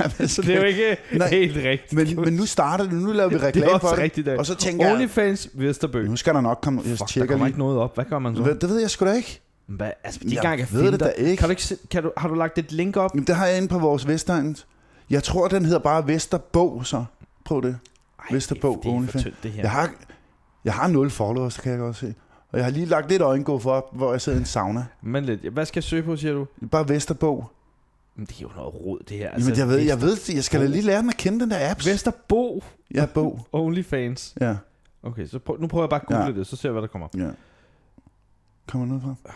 Speaker 2: Jamen,
Speaker 1: Så det er jo ikke
Speaker 2: Nej.
Speaker 1: helt rigtigt.
Speaker 2: men, men nu starter det, nu laver vi
Speaker 1: det er
Speaker 2: reklame for
Speaker 1: også
Speaker 2: det.
Speaker 1: rigtigt. Der.
Speaker 2: Og så tænker jeg,
Speaker 1: Onlyfans Vesterbø.
Speaker 2: nu skal der nok komme, jeg
Speaker 1: Fuck, der
Speaker 2: tjekker
Speaker 1: kommer
Speaker 2: lige.
Speaker 1: ikke noget op. Hvad gør man så?
Speaker 2: Ved- Det ved jeg sgu da ikke.
Speaker 1: Hvad? Altså, de
Speaker 2: Jeg
Speaker 1: gang jeg
Speaker 2: ved det da ikke.
Speaker 1: Kan du ikke se, kan du, har du lagt et link op?
Speaker 2: Jamen, det har jeg inde på vores Vestegn. Jeg tror, den hedder bare Vesterbog, så. Prøv det.
Speaker 1: Ej,
Speaker 2: Vesterbro,
Speaker 1: det er- det er for
Speaker 2: Onlyfans.
Speaker 1: tyndt, det her.
Speaker 2: Jeg har, jeg har 0 followers, det kan jeg godt se. Og jeg har lige lagt lidt øjengå for, op, hvor jeg sidder i en sauna.
Speaker 1: Men lidt, hvad skal jeg søge på, siger du?
Speaker 2: Bare Vesterbog.
Speaker 1: Men det er jo noget rod, det her.
Speaker 2: Altså, Jamen, jeg ved, jeg ved, det. jeg skal da lige lære dem at kende den der app.
Speaker 1: Vesterbo
Speaker 2: Ja, bog.
Speaker 1: Onlyfans.
Speaker 2: Ja,
Speaker 1: Okay, så prøv, nu prøver jeg bare at google ja.
Speaker 2: Ja.
Speaker 1: det, så ser jeg, hvad der kommer op.
Speaker 2: ja. Kommer noget fra?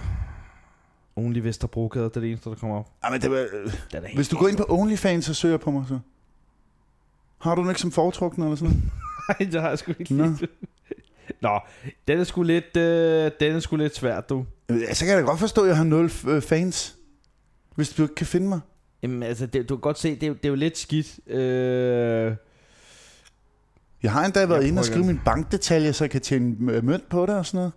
Speaker 1: Only Vesterbrogade, det er det eneste, der kommer op.
Speaker 2: Ej, men det var, øh,
Speaker 1: Det er da helt
Speaker 2: hvis du går ind på OnlyFans, så søger jeg på mig så. Har du den ikke som foretrukne eller sådan noget?
Speaker 1: [LAUGHS] Nej, det har jeg sgu ikke
Speaker 2: Nå.
Speaker 1: lige. Nå, den er sgu lidt, øh, den er sgu lidt svært, du.
Speaker 2: Øh, Ja, så kan jeg da godt forstå, at jeg har 0 fans. Hvis du ikke kan finde mig.
Speaker 1: Jamen, altså, det, du kan godt se, det, er jo- det er jo lidt skidt. Øh,
Speaker 2: Jeg har endda været
Speaker 1: Jeg
Speaker 2: inde
Speaker 1: prøver
Speaker 2: og skrive mine bankdetaljer, så jeg kan tjene øh, mønt på det og sådan noget.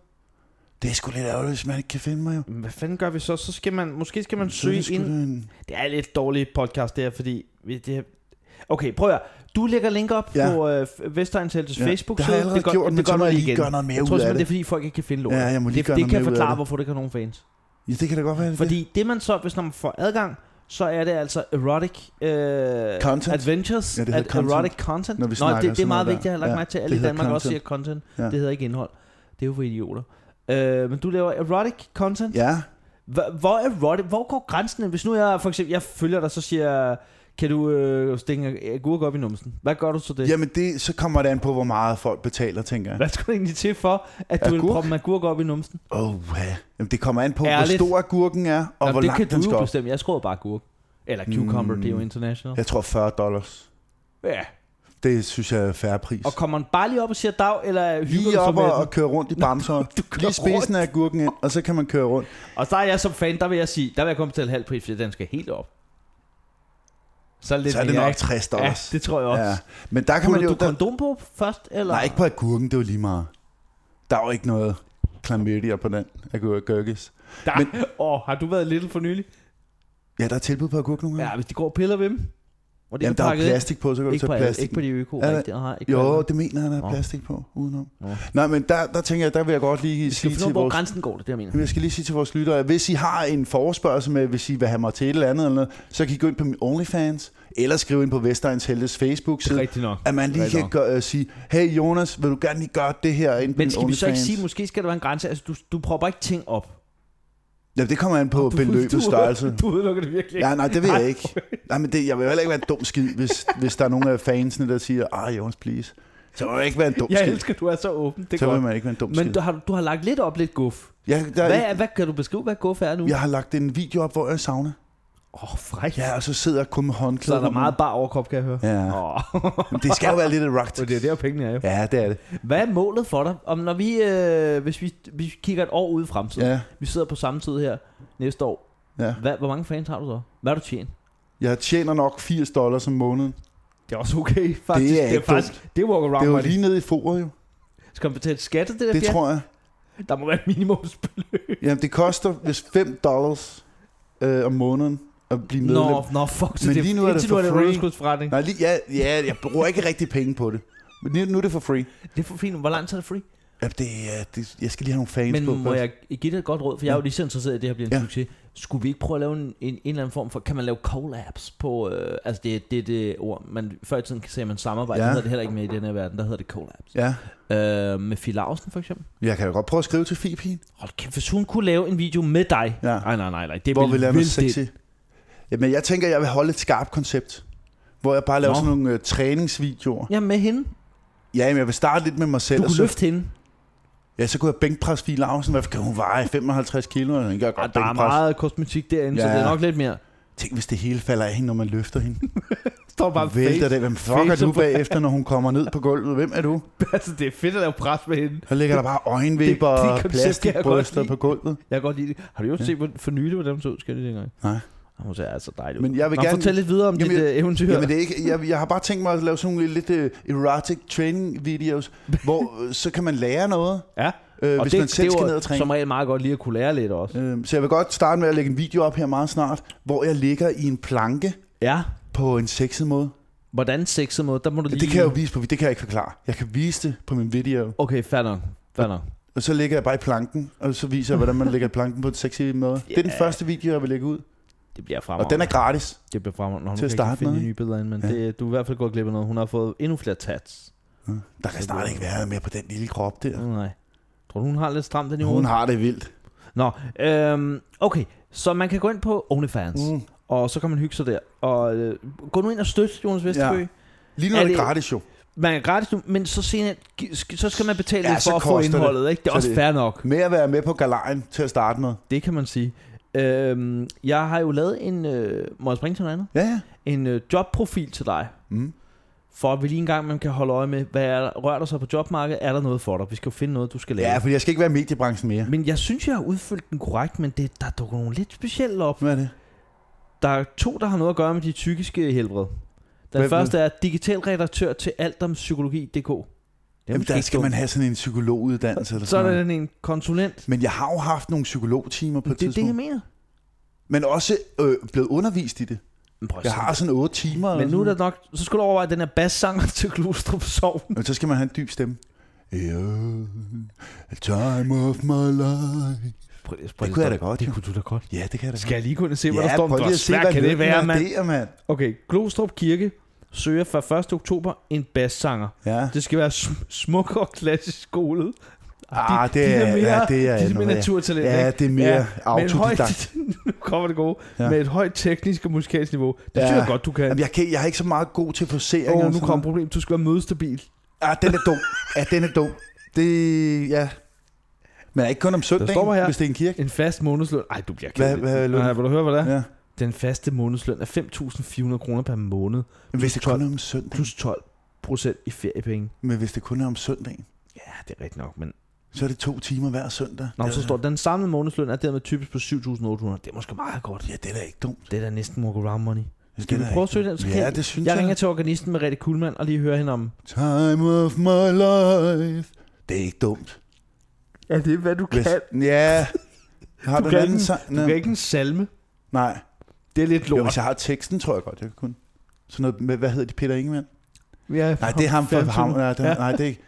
Speaker 2: Det er sgu lidt ærgerligt, hvis man ikke kan finde mig jo.
Speaker 1: hvad fanden gør vi så? Så skal man, måske skal man
Speaker 2: Så er
Speaker 1: søge
Speaker 2: det sgu
Speaker 1: ind
Speaker 2: da en-
Speaker 1: Det er lidt dårlig podcast det her, fordi vi, det her... Okay, prøv at høre. Du lægger link op ja.
Speaker 2: Ja.
Speaker 1: på øh, Vestegns Heltes
Speaker 2: Ja,
Speaker 1: Facebook
Speaker 2: det har jeg allerede
Speaker 1: det gør,
Speaker 2: gjort, men
Speaker 1: det gør
Speaker 2: så må
Speaker 1: du
Speaker 2: jeg
Speaker 1: lige
Speaker 2: lige
Speaker 1: igen.
Speaker 2: gøre noget mere
Speaker 1: jeg
Speaker 2: ud
Speaker 1: tror
Speaker 2: af
Speaker 1: simpelthen, det er
Speaker 2: det.
Speaker 1: fordi folk ikke kan finde lortet.
Speaker 2: Ja, jeg må lige
Speaker 1: det,
Speaker 2: gøre
Speaker 1: det
Speaker 2: noget
Speaker 1: kan
Speaker 2: mere ud af
Speaker 1: forklare,
Speaker 2: det.
Speaker 1: hvorfor det ikke har nogen fans.
Speaker 2: Ja, det kan da godt være, det er det.
Speaker 1: Fordi det man så, hvis man får adgang, så er det altså erotic øh,
Speaker 2: Content.
Speaker 1: adventures,
Speaker 2: Ja, det hedder content,
Speaker 1: erotic content.
Speaker 2: når vi
Speaker 1: Nå,
Speaker 2: snakker
Speaker 1: det, det er
Speaker 2: sådan
Speaker 1: meget
Speaker 2: noget der.
Speaker 1: vigtigt, jeg har lagt ja,
Speaker 2: Ja,
Speaker 1: mærke til.
Speaker 2: det
Speaker 1: Alle i
Speaker 2: hedder
Speaker 1: Danmark også siger
Speaker 2: content.
Speaker 1: content. Ja.
Speaker 2: Ja.
Speaker 1: Det hedder ikke indhold. Det er jo for idioter. Øh, men du laver erotic content.
Speaker 2: Ja,
Speaker 1: Hva- Hvor er erotic? Hvor går grænsen? hen? Hvis nu jeg for eksempel jeg følger dig, så siger jeg, kan du øh, stikke agurk op i numsen? Hvad gør du så det?
Speaker 2: jamen det, så kommer det an på, hvor meget folk betaler, tænker jeg.
Speaker 1: Hvad skal du egentlig til for, at du vil
Speaker 2: Agurk?
Speaker 1: proppe en agurk op i numsen?
Speaker 2: Oh, ja. Jamen, det kommer an på,
Speaker 1: Ærligt.
Speaker 2: Ærligt. hvor stor gurken er, og
Speaker 1: Nå,
Speaker 2: Nå, hvor
Speaker 1: det kan
Speaker 2: langt
Speaker 1: du
Speaker 2: den
Speaker 1: jo
Speaker 2: skal op.
Speaker 1: bestemme. Jeg skruer bare agurk. Eller cucumber, mm. det er jo international.
Speaker 2: Jeg tror 40 dollars.
Speaker 1: Ja.
Speaker 2: Det synes jeg er færre pris.
Speaker 1: Og kommer man bare lige op og siger dag, eller hygger
Speaker 2: Lige
Speaker 1: du
Speaker 2: op
Speaker 1: så med
Speaker 2: og,
Speaker 1: og,
Speaker 2: og køre rundt i bamser.
Speaker 1: [LAUGHS] du kører
Speaker 2: Lige spidsen af gurken ind, og så kan man køre rundt.
Speaker 1: og så er jeg som fan, der vil jeg sige, der vil jeg komme til halv pris, fordi den skal helt op. Så, lidt
Speaker 2: Så er det
Speaker 1: mere,
Speaker 2: nok
Speaker 1: ikke?
Speaker 2: 60
Speaker 1: Ja,
Speaker 2: dollars.
Speaker 1: det tror jeg også.
Speaker 2: Ja,
Speaker 1: Ja.
Speaker 2: Men der kan man
Speaker 1: Putter
Speaker 2: jo...
Speaker 1: du
Speaker 2: Der,
Speaker 1: kondom på først? Eller?
Speaker 2: nej, ikke på agurken, det er jo lige meget. Der er jo ikke noget klamydia på den agurkis.
Speaker 1: Der, men, åh, har du været little for nylig?
Speaker 2: Ja, der er tilbud på agurk nogle gange.
Speaker 1: Ja, hvis de går og piller ved dem. Og det
Speaker 2: Mm. Jamen,
Speaker 1: er
Speaker 2: der er jo
Speaker 1: pakket ind.
Speaker 2: plastik på, så kan du
Speaker 1: Ikke på, alle,
Speaker 2: tage
Speaker 1: ikke
Speaker 2: plastik.
Speaker 1: på de øko
Speaker 2: Ja,
Speaker 1: rigtigt. Aha, ikke på
Speaker 2: Jo,
Speaker 1: alle.
Speaker 2: det mener han, der
Speaker 1: Nå.
Speaker 2: er plastik på, udenom.
Speaker 1: Nå.
Speaker 2: Nej, men der, der tænker jeg, der vil jeg godt lige
Speaker 1: Vi skal
Speaker 2: sige
Speaker 1: finde ud
Speaker 2: til
Speaker 1: af, hvor
Speaker 2: vores...
Speaker 1: grænsen går, det er det, jeg mener.
Speaker 2: Jamen, Jeg skal lige sige til vores lyttere, at hvis I har en forespørgsel med, hvis I vil have mig til et eller andet, eller noget, så kan I gå ind på min OnlyFans, eller skrive ind på Vestegns Heldes Facebook-side,
Speaker 1: rigtigt nok.
Speaker 2: at man lige
Speaker 1: Rigtig
Speaker 2: kan
Speaker 1: nok.
Speaker 2: gøre, øh, sige, hey Jonas, vil du gerne lige gøre det her ind på
Speaker 1: Men
Speaker 2: min
Speaker 1: skal vi så ikke
Speaker 2: OnlyFans?
Speaker 1: sige, måske skal der være en grænse? Altså, du, du propper ikke ting op.
Speaker 2: Ja, det kommer an på
Speaker 1: Du,
Speaker 2: beløbets
Speaker 1: du, [LAUGHS]
Speaker 2: størrelse.
Speaker 1: Du udelukker det virkelig
Speaker 2: Ja, nej, det vil jeg
Speaker 1: Nej,
Speaker 2: ikke. Nej, men det, jeg vil heller ikke være en dum skid, hvis, hvis der er nogen af fansene, der siger, ah, Jonas, please. Så vil jeg ikke være en dum
Speaker 1: Jeg
Speaker 2: skid.
Speaker 1: elsker, du er så åben. Det er
Speaker 2: Så vil
Speaker 1: godt.
Speaker 2: man ikke være en dum
Speaker 1: Men
Speaker 2: skid.
Speaker 1: du har, du har lagt lidt op, lidt guf.
Speaker 2: Jeg, der,
Speaker 1: Hvad, er- hvad kan du beskrive, hvad guf er nu?
Speaker 2: jeg har lagt en video op, hvor jeg savner.
Speaker 1: Åh, oh, fræk.
Speaker 2: Ja, og så sidder jeg kun med
Speaker 1: Så
Speaker 2: håndklæder.
Speaker 1: er der meget bar overkrop, kan jeg høre. [LAUGHS]
Speaker 2: Ja.
Speaker 1: Oh,
Speaker 2: Men Det skal jo være lidt
Speaker 1: [LAUGHS]
Speaker 2: erotic.
Speaker 1: det er der, pengene er jo.
Speaker 2: Ja, det er det.
Speaker 1: Hvad er målet for dig? Om når vi, øh, hvis vi, vi kigger et år ude i fremtiden,
Speaker 2: Ja,
Speaker 1: Vi sidder på samme tid her næste år.
Speaker 2: ja.
Speaker 1: Hvad, hvor mange fans har du så? Hvad har du tjent?
Speaker 2: Jeg tjener nok 80 dollars om måneden.
Speaker 1: Det er også okay, faktisk.
Speaker 2: Det er ikke
Speaker 1: faktisk, det er walk
Speaker 2: Det
Speaker 1: around
Speaker 2: er jo
Speaker 1: money.
Speaker 2: lige nede i foret, jo.
Speaker 1: Skal man betale skattet, det der
Speaker 2: Det
Speaker 1: fjerde?
Speaker 2: tror jeg.
Speaker 1: Der må være et minimumsbeløb.
Speaker 2: Jamen, det koster hvis 5 dollars øh, om måneden at blive medlem.
Speaker 1: Nå, nå, fuck. Så
Speaker 2: Men
Speaker 1: det,
Speaker 2: lige nu er det
Speaker 1: indtil
Speaker 2: for
Speaker 1: nu er
Speaker 2: free.
Speaker 1: underskudsforretning.
Speaker 2: Nej, lige, ja, ja, jeg bruger ikke rigtig penge på det. Men nu, nu er det for free.
Speaker 1: Det er for fint. Hvor lang tid er det free?
Speaker 2: Ja, det, er- det, jeg skal lige have nogle fans på.
Speaker 1: Men må
Speaker 2: først.
Speaker 1: jeg give dig et godt råd, for jeg er jo lige så interesseret i, at det her bliver en
Speaker 2: Ja.
Speaker 1: ja. succes. Skulle vi ikke prøve at lave en, en, en eller anden form for, kan man lave collabs på, øh, altså det er det, er det ord, man før i tiden sagde man samarbejde,
Speaker 2: Ja.
Speaker 1: ja. hedder det heller ikke med i den her verden, der hedder det collabs.
Speaker 2: Ja,
Speaker 1: Øh, med Fie Larsen for eksempel.
Speaker 2: jeg kan jo godt prøve at skrive til Fipin,
Speaker 1: Hold kæft, hvis hun kunne lave en video med dig.
Speaker 2: Ja.
Speaker 1: Nej, nej, nej, nej. Det
Speaker 2: hvor vi
Speaker 1: ville
Speaker 2: laver noget
Speaker 1: vildt
Speaker 2: sexy. Jamen, jeg tænker, jeg vil holde et skarpt koncept, hvor jeg bare laver
Speaker 1: Nå.
Speaker 2: sådan nogle øh, træningsvideoer.
Speaker 1: Ja, med hende. Du
Speaker 2: Ja, men jeg vil starte lidt med mig selv. og
Speaker 1: kunne
Speaker 2: så,
Speaker 1: løfte hende.
Speaker 2: Ja, så kunne jeg bænkpresse Fie Larsen. Hvad kan hun veje? 55 kilo? Jeg kan
Speaker 1: Og
Speaker 2: godt
Speaker 1: Ah, der er
Speaker 2: bænkpresse.
Speaker 1: meget kosmetik derinde, ja. så
Speaker 2: Ja.
Speaker 1: det er nok lidt mere.
Speaker 2: Tænk, hvis det hele falder af hende, når man løfter hende.
Speaker 1: Står bare
Speaker 2: Vælter det. Hvem fuck er
Speaker 1: face
Speaker 2: du
Speaker 1: op-
Speaker 2: bagefter, når hun kommer ned på gulvet? Hvem er du?
Speaker 1: [LAUGHS] altså, det er fedt at lave pres med hende.
Speaker 2: Så ligger der bare øjenvipper
Speaker 1: Det- det
Speaker 2: og
Speaker 1: koncept kan jeg godt
Speaker 2: plastikbryster
Speaker 1: lide.
Speaker 2: på gulvet.
Speaker 1: Jeg kan godt lide det. Har du jo ja.
Speaker 2: Ja.
Speaker 1: set hvor- for nylig, hvordan hun så ud? Skal jeg lige dengang?
Speaker 2: Nej.
Speaker 1: Og hun ser altså dejlig ud.
Speaker 2: Men jeg vil
Speaker 1: Nå,
Speaker 2: gerne...
Speaker 1: fortæl lidt videre om
Speaker 2: Jamen,
Speaker 1: dit øh, eventyr.
Speaker 2: Jamen, det er ikke, jeg, jeg har bare tænkt mig at lave sådan nogle lidt øh, erotic
Speaker 1: [LAUGHS]
Speaker 2: training videos, hvor øh, så kan man lære noget,
Speaker 1: ja.
Speaker 2: øh,
Speaker 1: og
Speaker 2: hvis
Speaker 1: det,
Speaker 2: man selv
Speaker 1: det
Speaker 2: skal
Speaker 1: var
Speaker 2: ned og træne.
Speaker 1: som regel meget godt lige at kunne lære lidt også.
Speaker 2: Øh, så jeg vil godt starte med at lægge en video op her meget snart, hvor jeg ligger i en planke
Speaker 1: Ja.
Speaker 2: på en sexet måde.
Speaker 1: Hvordan sexet måde, der må du lige...
Speaker 2: Det kan jeg jo vise på, det kan jeg ikke forklare. Jeg kan vise det på min video,
Speaker 1: Okay, fair nok. Fair nok.
Speaker 2: og så ligger jeg bare i planken, og så viser jeg, hvordan man ligger i planken på en sexy måde. Det er den
Speaker 1: Ja.
Speaker 2: første video, jeg vil lægge ud,
Speaker 1: Det bliver
Speaker 2: og
Speaker 1: fremover.
Speaker 2: den er gratis.
Speaker 1: Det bliver fremover. Nå, nu
Speaker 2: Til
Speaker 1: kan
Speaker 2: at
Speaker 1: jeg
Speaker 2: starte
Speaker 1: ikke finde
Speaker 2: med,
Speaker 1: de nye billeder ind, men
Speaker 2: Ja.
Speaker 1: det, du er i hvert fald gået glip af noget. Hun har fået endnu flere tats.
Speaker 2: Der kan snart ikke være mere på den lille krop der.
Speaker 1: Nej. Tror du, hun har lidt stramt den i
Speaker 2: Hun
Speaker 1: hovedet?
Speaker 2: har det vildt.
Speaker 1: Nå, øhm, okay. Så man kan gå ind på OnlyFans, mm.
Speaker 2: Mm.
Speaker 1: og så kan man hygge sig der. Og øh, gå nu ind og støt Jonas Vesterbø.
Speaker 2: Ja. Lige nu
Speaker 1: Er
Speaker 2: er det
Speaker 1: det-
Speaker 2: gratis jo.
Speaker 1: Man er gratis nu, men så, senere, gi- sk- så skal man betale
Speaker 2: Ja,
Speaker 1: ja, lidt
Speaker 2: så
Speaker 1: for at få
Speaker 2: koster det.
Speaker 1: indholdet. Ikke? Det er
Speaker 2: Så
Speaker 1: også
Speaker 2: det-
Speaker 1: fair nok.
Speaker 2: Med at være med på galejen til at starte med.
Speaker 1: Det kan man sige. Øhm, jeg har jo lavet en, øh, må jeg springe til noget andet?
Speaker 2: Ja, ja.
Speaker 1: En øh, jobprofil til dig,
Speaker 2: Mm.
Speaker 1: for at vi lige engang man kan holde øje med, hvad er der, rører der sig på jobmarkedet? Er der noget for dig? Vi skal jo finde noget, du skal lave.
Speaker 2: Ja, for jeg skal ikke være i mediebranchen mere.
Speaker 1: Men jeg synes, jeg har udfyldt den korrekt, men det, der dukker nogle lidt specielle op.
Speaker 2: Hvad er det?
Speaker 1: Der er to, der har noget at gøre med dit psykiske helbred. Den
Speaker 2: Hvem-
Speaker 1: første er digital redaktør til alt om psykologi.dk. Jamen,
Speaker 2: Jamen, der skal man have sådan en psykologuddannelse eller
Speaker 1: Så er
Speaker 2: sådan
Speaker 1: der
Speaker 2: noget.
Speaker 1: den en konsulent.
Speaker 2: Men jeg har jo haft nogle psykologtimer på et
Speaker 1: Det er det, jeg
Speaker 2: tidspunkt.
Speaker 1: mener.
Speaker 2: Men også øh, blevet undervist i det.
Speaker 1: Men, prøv at
Speaker 2: Jeg
Speaker 1: se.
Speaker 2: har sådan 8 timer. eller
Speaker 1: men nu er
Speaker 2: sådan
Speaker 1: der nok... Så skal du overveje den her bassanger [LAUGHS] til Glostrup Sov.
Speaker 2: noget. Men så skal man have en dyb stemme. Yeah, a time of my life.
Speaker 1: Prøv, prøv,
Speaker 2: Det kunne jeg da godt,
Speaker 1: Det
Speaker 2: jo.
Speaker 1: kunne du da godt.
Speaker 2: Ja, det kan jeg da
Speaker 1: Skal jeg lige kunne se,
Speaker 2: godt.
Speaker 1: hvad der står? Hvor
Speaker 2: prøv lige at se,
Speaker 1: svært
Speaker 2: hvad
Speaker 1: kan det være, mand?
Speaker 2: Det er, mand.
Speaker 1: Okay, Glostrup Kirke søger fra 1. oktober en bassanger.
Speaker 2: Ja.
Speaker 1: Det skal være sm- smuk og klassisk skolet.
Speaker 2: Ah, det er- ja, det er
Speaker 1: de er
Speaker 2: noget,
Speaker 1: mere
Speaker 2: ja.
Speaker 1: naturtalent,
Speaker 2: Ja,
Speaker 1: ikke?
Speaker 2: det er mere
Speaker 1: med et højt,
Speaker 2: autodidakt.
Speaker 1: [LAUGHS] Nu kommer det gode.
Speaker 2: Ja.
Speaker 1: Ja. Med et højt teknisk og musikalsk niveau. Det
Speaker 2: Ja.
Speaker 1: synes jeg godt, du kan.
Speaker 2: Jamen, jeg, kan, jeg er ikke så meget god til
Speaker 1: Åh,
Speaker 2: forseringer.
Speaker 1: oh,
Speaker 2: og
Speaker 1: nu
Speaker 2: sådan
Speaker 1: kommer problemet. Du skal være mødestabil.
Speaker 2: Ah, den er dum. Ja, den er dum. Det, ja. Men er ikke kun om
Speaker 1: står
Speaker 2: søndagen,
Speaker 1: her-
Speaker 2: hvis det er en kirke.
Speaker 1: En fast månedsløn. Ej, du bliver
Speaker 2: Hvad,
Speaker 1: kæmpe.
Speaker 2: hvad er løn?
Speaker 1: Nej, vil du høre, hvad det er?
Speaker 2: Ja.
Speaker 1: Den faste månedsløn er 5.400 kroner per måned,
Speaker 2: Men hvis det kun er om søndagen,
Speaker 1: plus 12 procent i feriepenge.
Speaker 2: men hvis det kun er om søndagen,
Speaker 1: Ja, det er rigtigt nok, men...
Speaker 2: så er det to timer hver
Speaker 1: Nå,
Speaker 2: søndag. Det
Speaker 1: men
Speaker 2: er-
Speaker 1: så står der, den samlede månedsløn er dermed typisk på 7.800. Det er måske meget godt.
Speaker 2: Ja, det er da ikke dumt.
Speaker 1: Det er da næsten walk around money.
Speaker 2: Det er
Speaker 1: Skal vi
Speaker 2: da
Speaker 1: prøve
Speaker 2: ikke-
Speaker 1: at søge den? Så kan
Speaker 2: Ja,
Speaker 1: jeg,
Speaker 2: det synes jeg.
Speaker 1: jeg ringer til organisten med Rette Kuhlmann og lige hører hende om...
Speaker 2: Time of my life. Det er ikke dumt.
Speaker 1: Ja, det er, hvad du
Speaker 2: Hvis, ja. Har
Speaker 1: Du
Speaker 2: du,
Speaker 1: kan
Speaker 2: en anden
Speaker 1: ikke-
Speaker 2: sang?
Speaker 1: Du kan
Speaker 2: Nej.
Speaker 1: ikke en salme.
Speaker 2: Nej.
Speaker 1: Det er lidt
Speaker 2: Jo,
Speaker 1: lort.
Speaker 2: hvis jeg har teksten, tror jeg godt, jeg kan kunne. Sådan noget med, hvad hedder de, Peter Ingemann?
Speaker 1: Ja,
Speaker 2: Nej, det er ham fra
Speaker 1: fandme.
Speaker 2: ham. Nej, det,
Speaker 1: Ja.
Speaker 2: nej, det er ikke.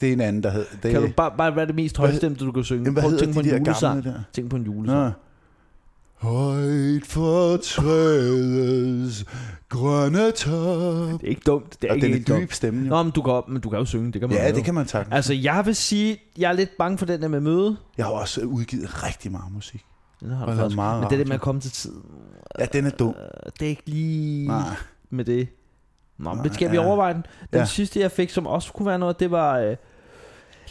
Speaker 2: Det er en anden, der hedder. Det,
Speaker 1: Kan du bare, bare være det mest
Speaker 2: Hvad-
Speaker 1: højstemte, du kan synge?
Speaker 2: Jamen, hvad
Speaker 1: Prøv at
Speaker 2: hedder
Speaker 1: tænke på
Speaker 2: de
Speaker 1: en
Speaker 2: der
Speaker 1: julesang.
Speaker 2: gamle der?
Speaker 1: Tænk på en julesang.
Speaker 2: Nå. Højt fortrædes grønne top.
Speaker 1: Det er ikke dumt. Det er
Speaker 2: Og
Speaker 1: ikke
Speaker 2: den
Speaker 1: helt
Speaker 2: er dyb
Speaker 1: dumt.
Speaker 2: stemme, jo.
Speaker 1: Nå, men du, kan, men du kan jo synge. Det kan man
Speaker 2: Ja,
Speaker 1: jo.
Speaker 2: det kan man tak.
Speaker 1: Altså, jeg vil sige, jeg er lidt bange for den der med møde.
Speaker 2: Jeg har også udgivet rigtig meget musik.
Speaker 1: Den har
Speaker 2: Og
Speaker 1: du
Speaker 2: lavet
Speaker 1: faktisk.
Speaker 2: meget
Speaker 1: Men det der med
Speaker 2: radio.
Speaker 1: at komme til tiden,
Speaker 2: Ja, den er dum.
Speaker 1: øh, det er ikke lige
Speaker 2: Nej.
Speaker 1: med det. Nå, men
Speaker 2: Nej,
Speaker 1: skal vi
Speaker 2: ja.
Speaker 1: overveje den? Den
Speaker 2: Ja.
Speaker 1: sidste, jeg fik, som også kunne være noget, det var øh,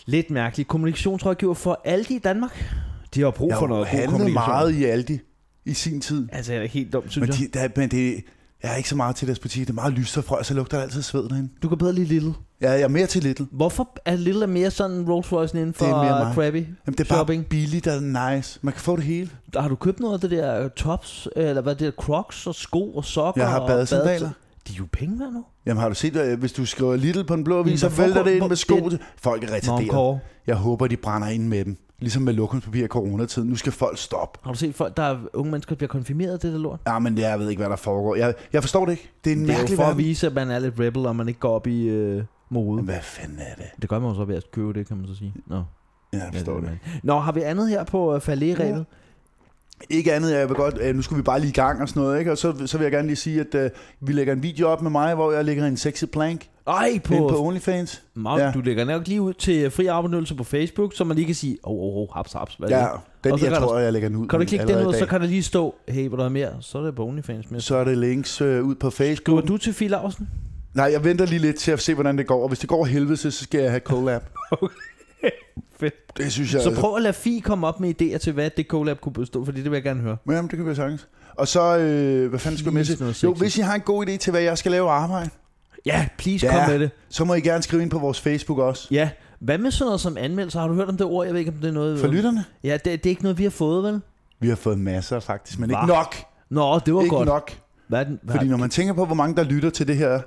Speaker 1: lidt mærkeligt. Kommunikationsrådgiver for Aldi i Danmark. De har brug
Speaker 2: Jeg
Speaker 1: for noget
Speaker 2: har
Speaker 1: god
Speaker 2: handlet
Speaker 1: kommunikation.
Speaker 2: meget i Aldi i sin tid.
Speaker 1: Altså, jeg er helt dum, synes
Speaker 2: Men,
Speaker 1: jeg.
Speaker 2: de, der, men det, jeg er ikke så meget til deres butik. Det er meget lyst og frø, så lugter der altid sved derinde.
Speaker 1: Du kan bedre lide Little.
Speaker 2: Ja, jeg er mere til Little.
Speaker 1: Hvorfor er Little mere sådan Rolls Royce inden for
Speaker 2: Det er mere mig.
Speaker 1: Krabby?
Speaker 2: Jamen, det er
Speaker 1: Shopping.
Speaker 2: bare billigt og nice. Man kan få det hele.
Speaker 1: Har du købt noget af det der øh, tops, eller hvad det der crocs og sko og sokker?
Speaker 2: Jeg har
Speaker 1: og
Speaker 2: badesandaler.
Speaker 1: De er jo penge værd nu.
Speaker 2: Jamen har du set, øh, hvis du skriver Little på en blå avis, så
Speaker 1: Men hvorfor-
Speaker 2: vælter det ind
Speaker 1: hvor-
Speaker 2: med sko.
Speaker 1: det-
Speaker 2: Folk Altså, er
Speaker 1: Nå,
Speaker 2: retarderet.
Speaker 1: Kåre,
Speaker 2: Jeg håber, de brænder ind med dem. Ligesom med lokumspapir i coronatiden. Nu skal folk stoppe.
Speaker 1: har du set folk, der er unge mennesker, der bliver konfirmeret af det der lort?
Speaker 2: Ja, men jeg ved ikke, hvad der foregår. Jeg, jeg forstår det ikke. Det er en
Speaker 1: Det er jo
Speaker 2: mærkelig
Speaker 1: for at
Speaker 2: verden.
Speaker 1: vise, at man er lidt rebel, og man ikke går op i øh, mode.
Speaker 2: Hvad fanden er det?
Speaker 1: Det gør man jo så ved at købe det, kan man så sige. Nå,
Speaker 2: Ja, jeg forstår
Speaker 1: ja,
Speaker 2: det.
Speaker 1: man. Nå har vi andet her på uh, falderæbet?
Speaker 2: Ikke andet, jeg vil godt, øh, nu skulle vi bare lige i gang og sådan noget, ikke? Og så, så vil jeg gerne lige sige, at øh, vi lægger en video op med mig, hvor jeg lægger en sexy plank
Speaker 1: Ej, på,
Speaker 2: på, ind på OnlyFans.
Speaker 1: Mark,
Speaker 2: ja.
Speaker 1: ja. du lægger nok lige ud til øh, fri afbenyttelse på Facebook, så man lige kan sige, åh, oh, oh, oh, haps, haps, hvad er
Speaker 2: Ja,
Speaker 1: det?
Speaker 2: den
Speaker 1: Og så
Speaker 2: jeg
Speaker 1: kan
Speaker 2: tror, jeg lægger den ud.
Speaker 1: Kan du klikke den
Speaker 2: allerede
Speaker 1: ud,
Speaker 2: i
Speaker 1: så
Speaker 2: dag.
Speaker 1: kan der lige stå, hey, hvor der er mere, så er det på OnlyFans. Men
Speaker 2: Så er det links øh, ud på Facebook.
Speaker 1: skriver du til Fie Larsen?
Speaker 2: Nej, jeg venter lige lidt til at se, hvordan det går. Og hvis det går helvede, så så skal jeg have
Speaker 1: [LAUGHS]
Speaker 2: collab.
Speaker 1: Fedt.
Speaker 2: Det synes jeg...
Speaker 1: Så prøv at lade Fie komme op med idéer til, hvad det collab kunne bestå, fordi det vil jeg gerne høre.
Speaker 2: Men jamen, det kan vi sagtens. Og så, øh, hvad fanden skal jeg med
Speaker 1: Please, noget
Speaker 2: til? Jo,
Speaker 1: sexy.
Speaker 2: hvis I har en god idé til, hvad jeg skal lave af arbejde,
Speaker 1: Ja, please
Speaker 2: Ja.
Speaker 1: ja. kom med det.
Speaker 2: så må I gerne skrive ind på vores Facebook også.
Speaker 1: Ja, hvad med sådan noget som anmeldelse? Har du hørt om det ord? Jeg ved ikke, om det er noget...
Speaker 2: For lytterne?
Speaker 1: Ja, det, det er ikke noget, vi har fået, vel?
Speaker 2: Vi har fået masser faktisk, men ikke
Speaker 1: Hva?
Speaker 2: nok.
Speaker 1: Nå, det var
Speaker 2: Ikke
Speaker 1: godt.
Speaker 2: nok.
Speaker 1: Hvad er den, hvad?
Speaker 2: Fordi når man tænker på, hvor mange der lytter til det her,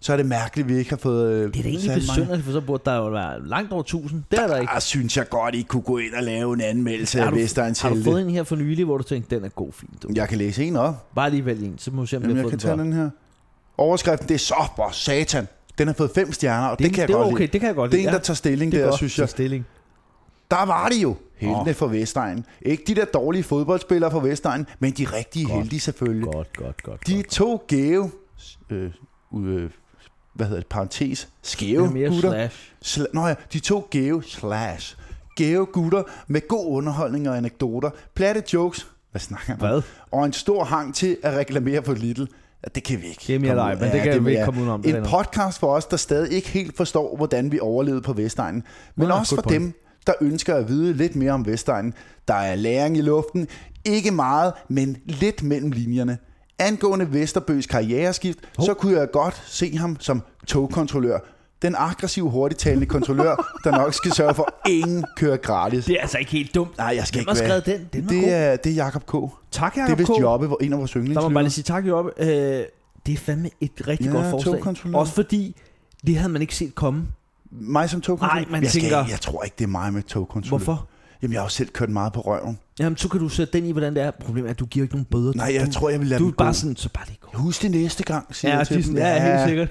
Speaker 2: så er det mærkeligt, at vi ikke har fået... øh,
Speaker 1: det er da egentlig
Speaker 2: særlig mange.
Speaker 1: besynderligt, for så burde der jo være langt over 1000. Det er der ikke.
Speaker 2: Der synes jeg godt, I kunne gå ind og lave en anmeldelse
Speaker 1: Har
Speaker 2: af
Speaker 1: du,
Speaker 2: Vestegns
Speaker 1: har du
Speaker 2: Helte.
Speaker 1: fået en her for nylig, hvor du tænkte, den er god, fint. Du.
Speaker 2: Jeg kan læse en op.
Speaker 1: Bare lige vælg en, så må vi se, om
Speaker 2: Jamen,
Speaker 1: vi har
Speaker 2: jeg
Speaker 1: fået
Speaker 2: kan
Speaker 1: den
Speaker 2: tage
Speaker 1: før.
Speaker 2: den her. Overskriften, det er så for satan. Den har fået fem stjerner, og det, kan jeg
Speaker 1: det er
Speaker 2: godt
Speaker 1: okay,
Speaker 2: lide.
Speaker 1: det kan jeg godt
Speaker 2: Det er
Speaker 1: lide.
Speaker 2: en, der tager stilling
Speaker 1: det er
Speaker 2: der,
Speaker 1: godt.
Speaker 2: synes jeg.
Speaker 1: Så Stilling.
Speaker 2: Der var det jo. Heltene fra Vestegn. Ikke de der dårlige fodboldspillere fra Vestegn, men de rigtige
Speaker 1: Godt.
Speaker 2: heldige selvfølgelig.
Speaker 1: Godt, godt, godt.
Speaker 2: De
Speaker 1: godt.
Speaker 2: to gave, øh, øh, hvad hedder det, parentes, skæve
Speaker 1: Det er mere
Speaker 2: gutter.
Speaker 1: slash.
Speaker 2: Sla- Nå ja, de to gave slash. Gave gutter med god underholdning og anekdoter, platte jokes, hvad snakker man?
Speaker 1: Hvad?
Speaker 2: Og en stor hang til at reklamere for Lidl. Ja, det kan vi ikke.
Speaker 1: Det er mere
Speaker 2: komme
Speaker 1: dig,
Speaker 2: ud
Speaker 1: men
Speaker 2: af.
Speaker 1: det kan vi
Speaker 2: vil
Speaker 1: ikke
Speaker 2: jeg.
Speaker 1: komme udenom. Det er
Speaker 2: En
Speaker 1: nok.
Speaker 2: podcast for os, der stadig ikke helt forstår, hvordan vi overlevede på Vestegnen. Men
Speaker 1: Nej,
Speaker 2: også
Speaker 1: good
Speaker 2: for
Speaker 1: point.
Speaker 2: dem, der ønsker at vide lidt mere om Vestegnen. Der er læring i luften. Ikke meget, men lidt mellem linjerne. Angående Vesterbøs karriereskift, oh. så kunne jeg godt se ham som togkontrollør. Den aggressive, hurtigtalende kontrollør, der nok skal sørge for, at ingen kører gratis.
Speaker 1: Det er altså ikke helt dumt.
Speaker 2: Nej, jeg skal
Speaker 1: Hvem
Speaker 2: ikke
Speaker 1: har
Speaker 2: være-
Speaker 1: skrevet den? Den var
Speaker 2: det
Speaker 1: god.
Speaker 2: er, det er Jakob K.
Speaker 1: Tak,
Speaker 2: Det er
Speaker 1: Jacob
Speaker 2: vist
Speaker 1: K.
Speaker 2: Jobbe, hvor en af vores
Speaker 1: Der må man
Speaker 2: yndlingslyttere.
Speaker 1: bare lige sige tak, Joppe. Øh, det er fandme et rigtig
Speaker 2: Ja,
Speaker 1: ja, godt forslag.
Speaker 2: togkontrollør.
Speaker 1: Også fordi, det havde man ikke set komme.
Speaker 2: Mig som togkontrollør?
Speaker 1: Nej, man
Speaker 2: jeg,
Speaker 1: tænker-
Speaker 2: skal, jeg tror ikke, det er mig med togkontrollør.
Speaker 1: Hvorfor?
Speaker 2: Jamen, jeg har jo selv kørt meget på røven.
Speaker 1: Jamen, så kan du sætte den i, hvordan det er. Problemet er, at du giver ikke nogen bøder.
Speaker 2: Nej,
Speaker 1: Du-
Speaker 2: jeg tror, jeg vil lade
Speaker 1: Du
Speaker 2: den
Speaker 1: er bare
Speaker 2: gå.
Speaker 1: sådan, så bare det går.
Speaker 2: Husk det næste gang, siger
Speaker 1: Ja,
Speaker 2: jeg til
Speaker 1: de,
Speaker 2: dem.
Speaker 1: sådan, ja, helt sikkert.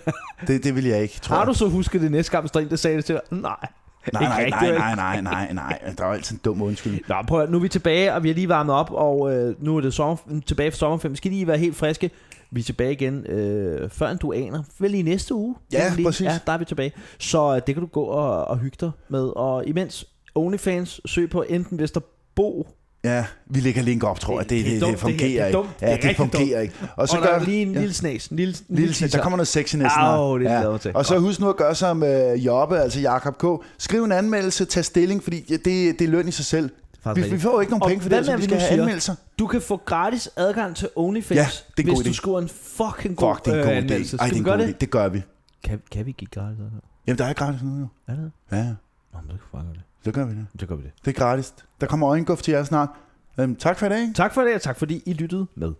Speaker 2: Det, det vil jeg ikke,
Speaker 1: [LAUGHS]
Speaker 2: tror
Speaker 1: Har
Speaker 2: jeg.
Speaker 1: du så husket det næste gang, hvis der er en, der sagde det til dig? Nej.
Speaker 2: Nej,
Speaker 1: Ikke
Speaker 2: nej,
Speaker 1: rigtigt,
Speaker 2: nej,
Speaker 1: vel?
Speaker 2: nej, nej, nej, nej. Der er jo altid en dum undskyldning.
Speaker 1: Nå, prøv at, høre, nu er vi tilbage, og vi har lige varmet op, og øh, nu er det sommer, tilbage for sommerferien. Vi skal lige være helt friske. Vi er tilbage igen, øh, før end du aner. Vel i næste uge?
Speaker 2: Ja,
Speaker 1: Vel lige,
Speaker 2: præcis.
Speaker 1: Ja, der er vi tilbage. Så øh, det kan du gå og, og hygge dig med. Og imens OnlyFans, søg på enten Vesterbro.
Speaker 2: Ja, vi lægger link op, tror jeg. Det,
Speaker 1: Det er
Speaker 2: det, det,
Speaker 1: dumt, det her. Det er
Speaker 2: fungerer ikke.
Speaker 1: dumt. Det er
Speaker 2: Ja, det
Speaker 1: rigtig
Speaker 2: fungerer ikke. Og
Speaker 1: Og
Speaker 2: så
Speaker 1: så og der
Speaker 2: gør
Speaker 1: er lige en
Speaker 2: ja.
Speaker 1: lille snas. En lille, en
Speaker 2: Lille
Speaker 1: lille
Speaker 2: teaser.
Speaker 1: snas.
Speaker 2: Der kommer noget sexy næsten.
Speaker 1: Au, det er
Speaker 2: her.
Speaker 1: jeg glad til.
Speaker 2: Og så husk nu at gøre som øh, Jobbe, altså Jakob K. Skriv en anmeldelse, tag stilling, fordi ja, det, det er løn i sig selv. Vi,
Speaker 1: Faktisk
Speaker 2: vi får jo ikke nogen
Speaker 1: Og
Speaker 2: penge for
Speaker 1: hvad
Speaker 2: det, så
Speaker 1: med,
Speaker 2: vi
Speaker 1: at vi
Speaker 2: skal
Speaker 1: nu
Speaker 2: have
Speaker 1: siger-
Speaker 2: anmeldelser.
Speaker 1: Du kan få gratis adgang til OnlyFans,
Speaker 2: Ja, det er en
Speaker 1: hvis
Speaker 2: god
Speaker 1: du
Speaker 2: idé.
Speaker 1: skriver en fucking god,
Speaker 2: Fuck, det er en
Speaker 1: øh,
Speaker 2: god
Speaker 1: anmeldelse.
Speaker 2: idé.
Speaker 1: Skal
Speaker 2: Ej, det er
Speaker 1: vi
Speaker 2: en
Speaker 1: gøre
Speaker 2: god
Speaker 1: det?
Speaker 2: idé. Det gør vi.
Speaker 1: Kan, kan vi give gratis adgang?
Speaker 2: Jamen, der er gratis nu jo.
Speaker 1: Er det det?
Speaker 2: Ja, ja.
Speaker 1: Nå, men så kan vi bare gøre det.
Speaker 2: det gør vi det.
Speaker 1: Så gør vi det.
Speaker 2: Det er gratis. Der kommer øjenguff til jer snart. Øhm, tak for i dag.
Speaker 1: Tak for det, og tak fordi I lyttede med.